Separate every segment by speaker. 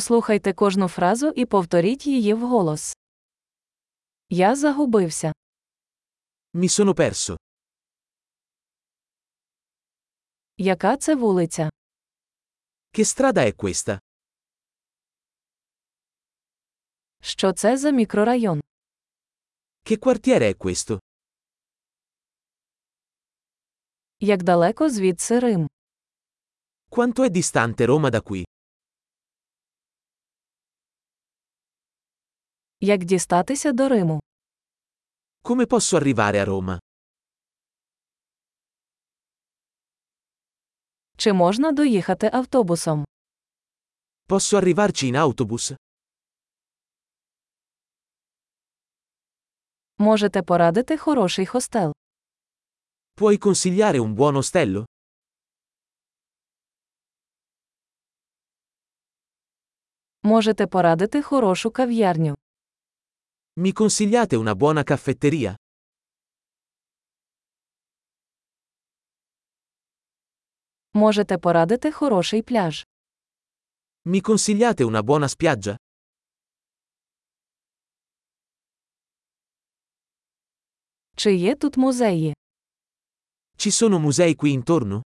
Speaker 1: Послухайте кожну фразу і повторіть її вголос. Я загубився.
Speaker 2: Mi sono perso.
Speaker 1: Яка це вулиця?
Speaker 2: Che strada è questa?
Speaker 1: Що це за мікрорайон?
Speaker 2: Che quartiere è questo?
Speaker 1: Як далеко звідси Рим?
Speaker 2: Quanto è distante Roma da qui?
Speaker 1: Як дістатися до Риму?
Speaker 2: Come posso arrivare a Roma?
Speaker 1: Чи можна доїхати автобусом?
Speaker 2: Posso arrivarci in autobus?
Speaker 1: Можете порадити хороший хостел.
Speaker 2: Puoi consigliare un buon ostello?
Speaker 1: Можете порадити хорошу кав'ярню.
Speaker 2: Mi consigliate una buona caffetteria?
Speaker 1: Можете порадити хороший пляж.
Speaker 2: Mi consigliate una buona spiaggia?
Speaker 1: Чи є тут музеї?
Speaker 2: Ci sono musei qui intorno?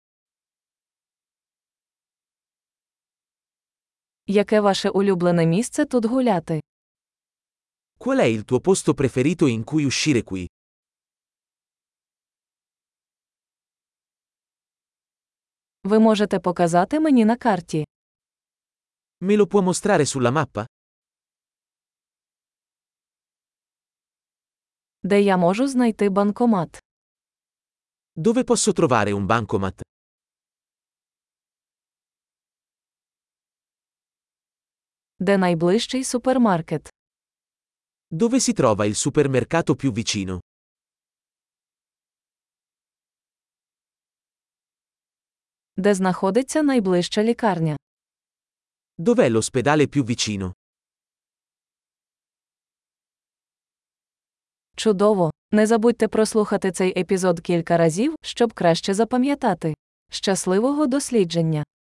Speaker 1: Яке ваше улюблене місце тут гуляти?
Speaker 2: Qual è il tuo posto preferito in cui uscire qui?
Speaker 1: Ви можете показати мені на карті.
Speaker 2: Me lo può mostrare sulla mappa?
Speaker 1: Де я можу знайти банкомат?
Speaker 2: Dove posso trovare un bancomat?
Speaker 1: Де найближчий супермаркет?
Speaker 2: Dove si trova il supermercato più vicino?
Speaker 1: Де знаходиться найближча лікарня?
Speaker 2: Dov'è l'ospedale più vicino?
Speaker 1: Чудово! Не забудьте прослухати цей епізод кілька разів, щоб краще запам'ятати. Щасливого дослідження!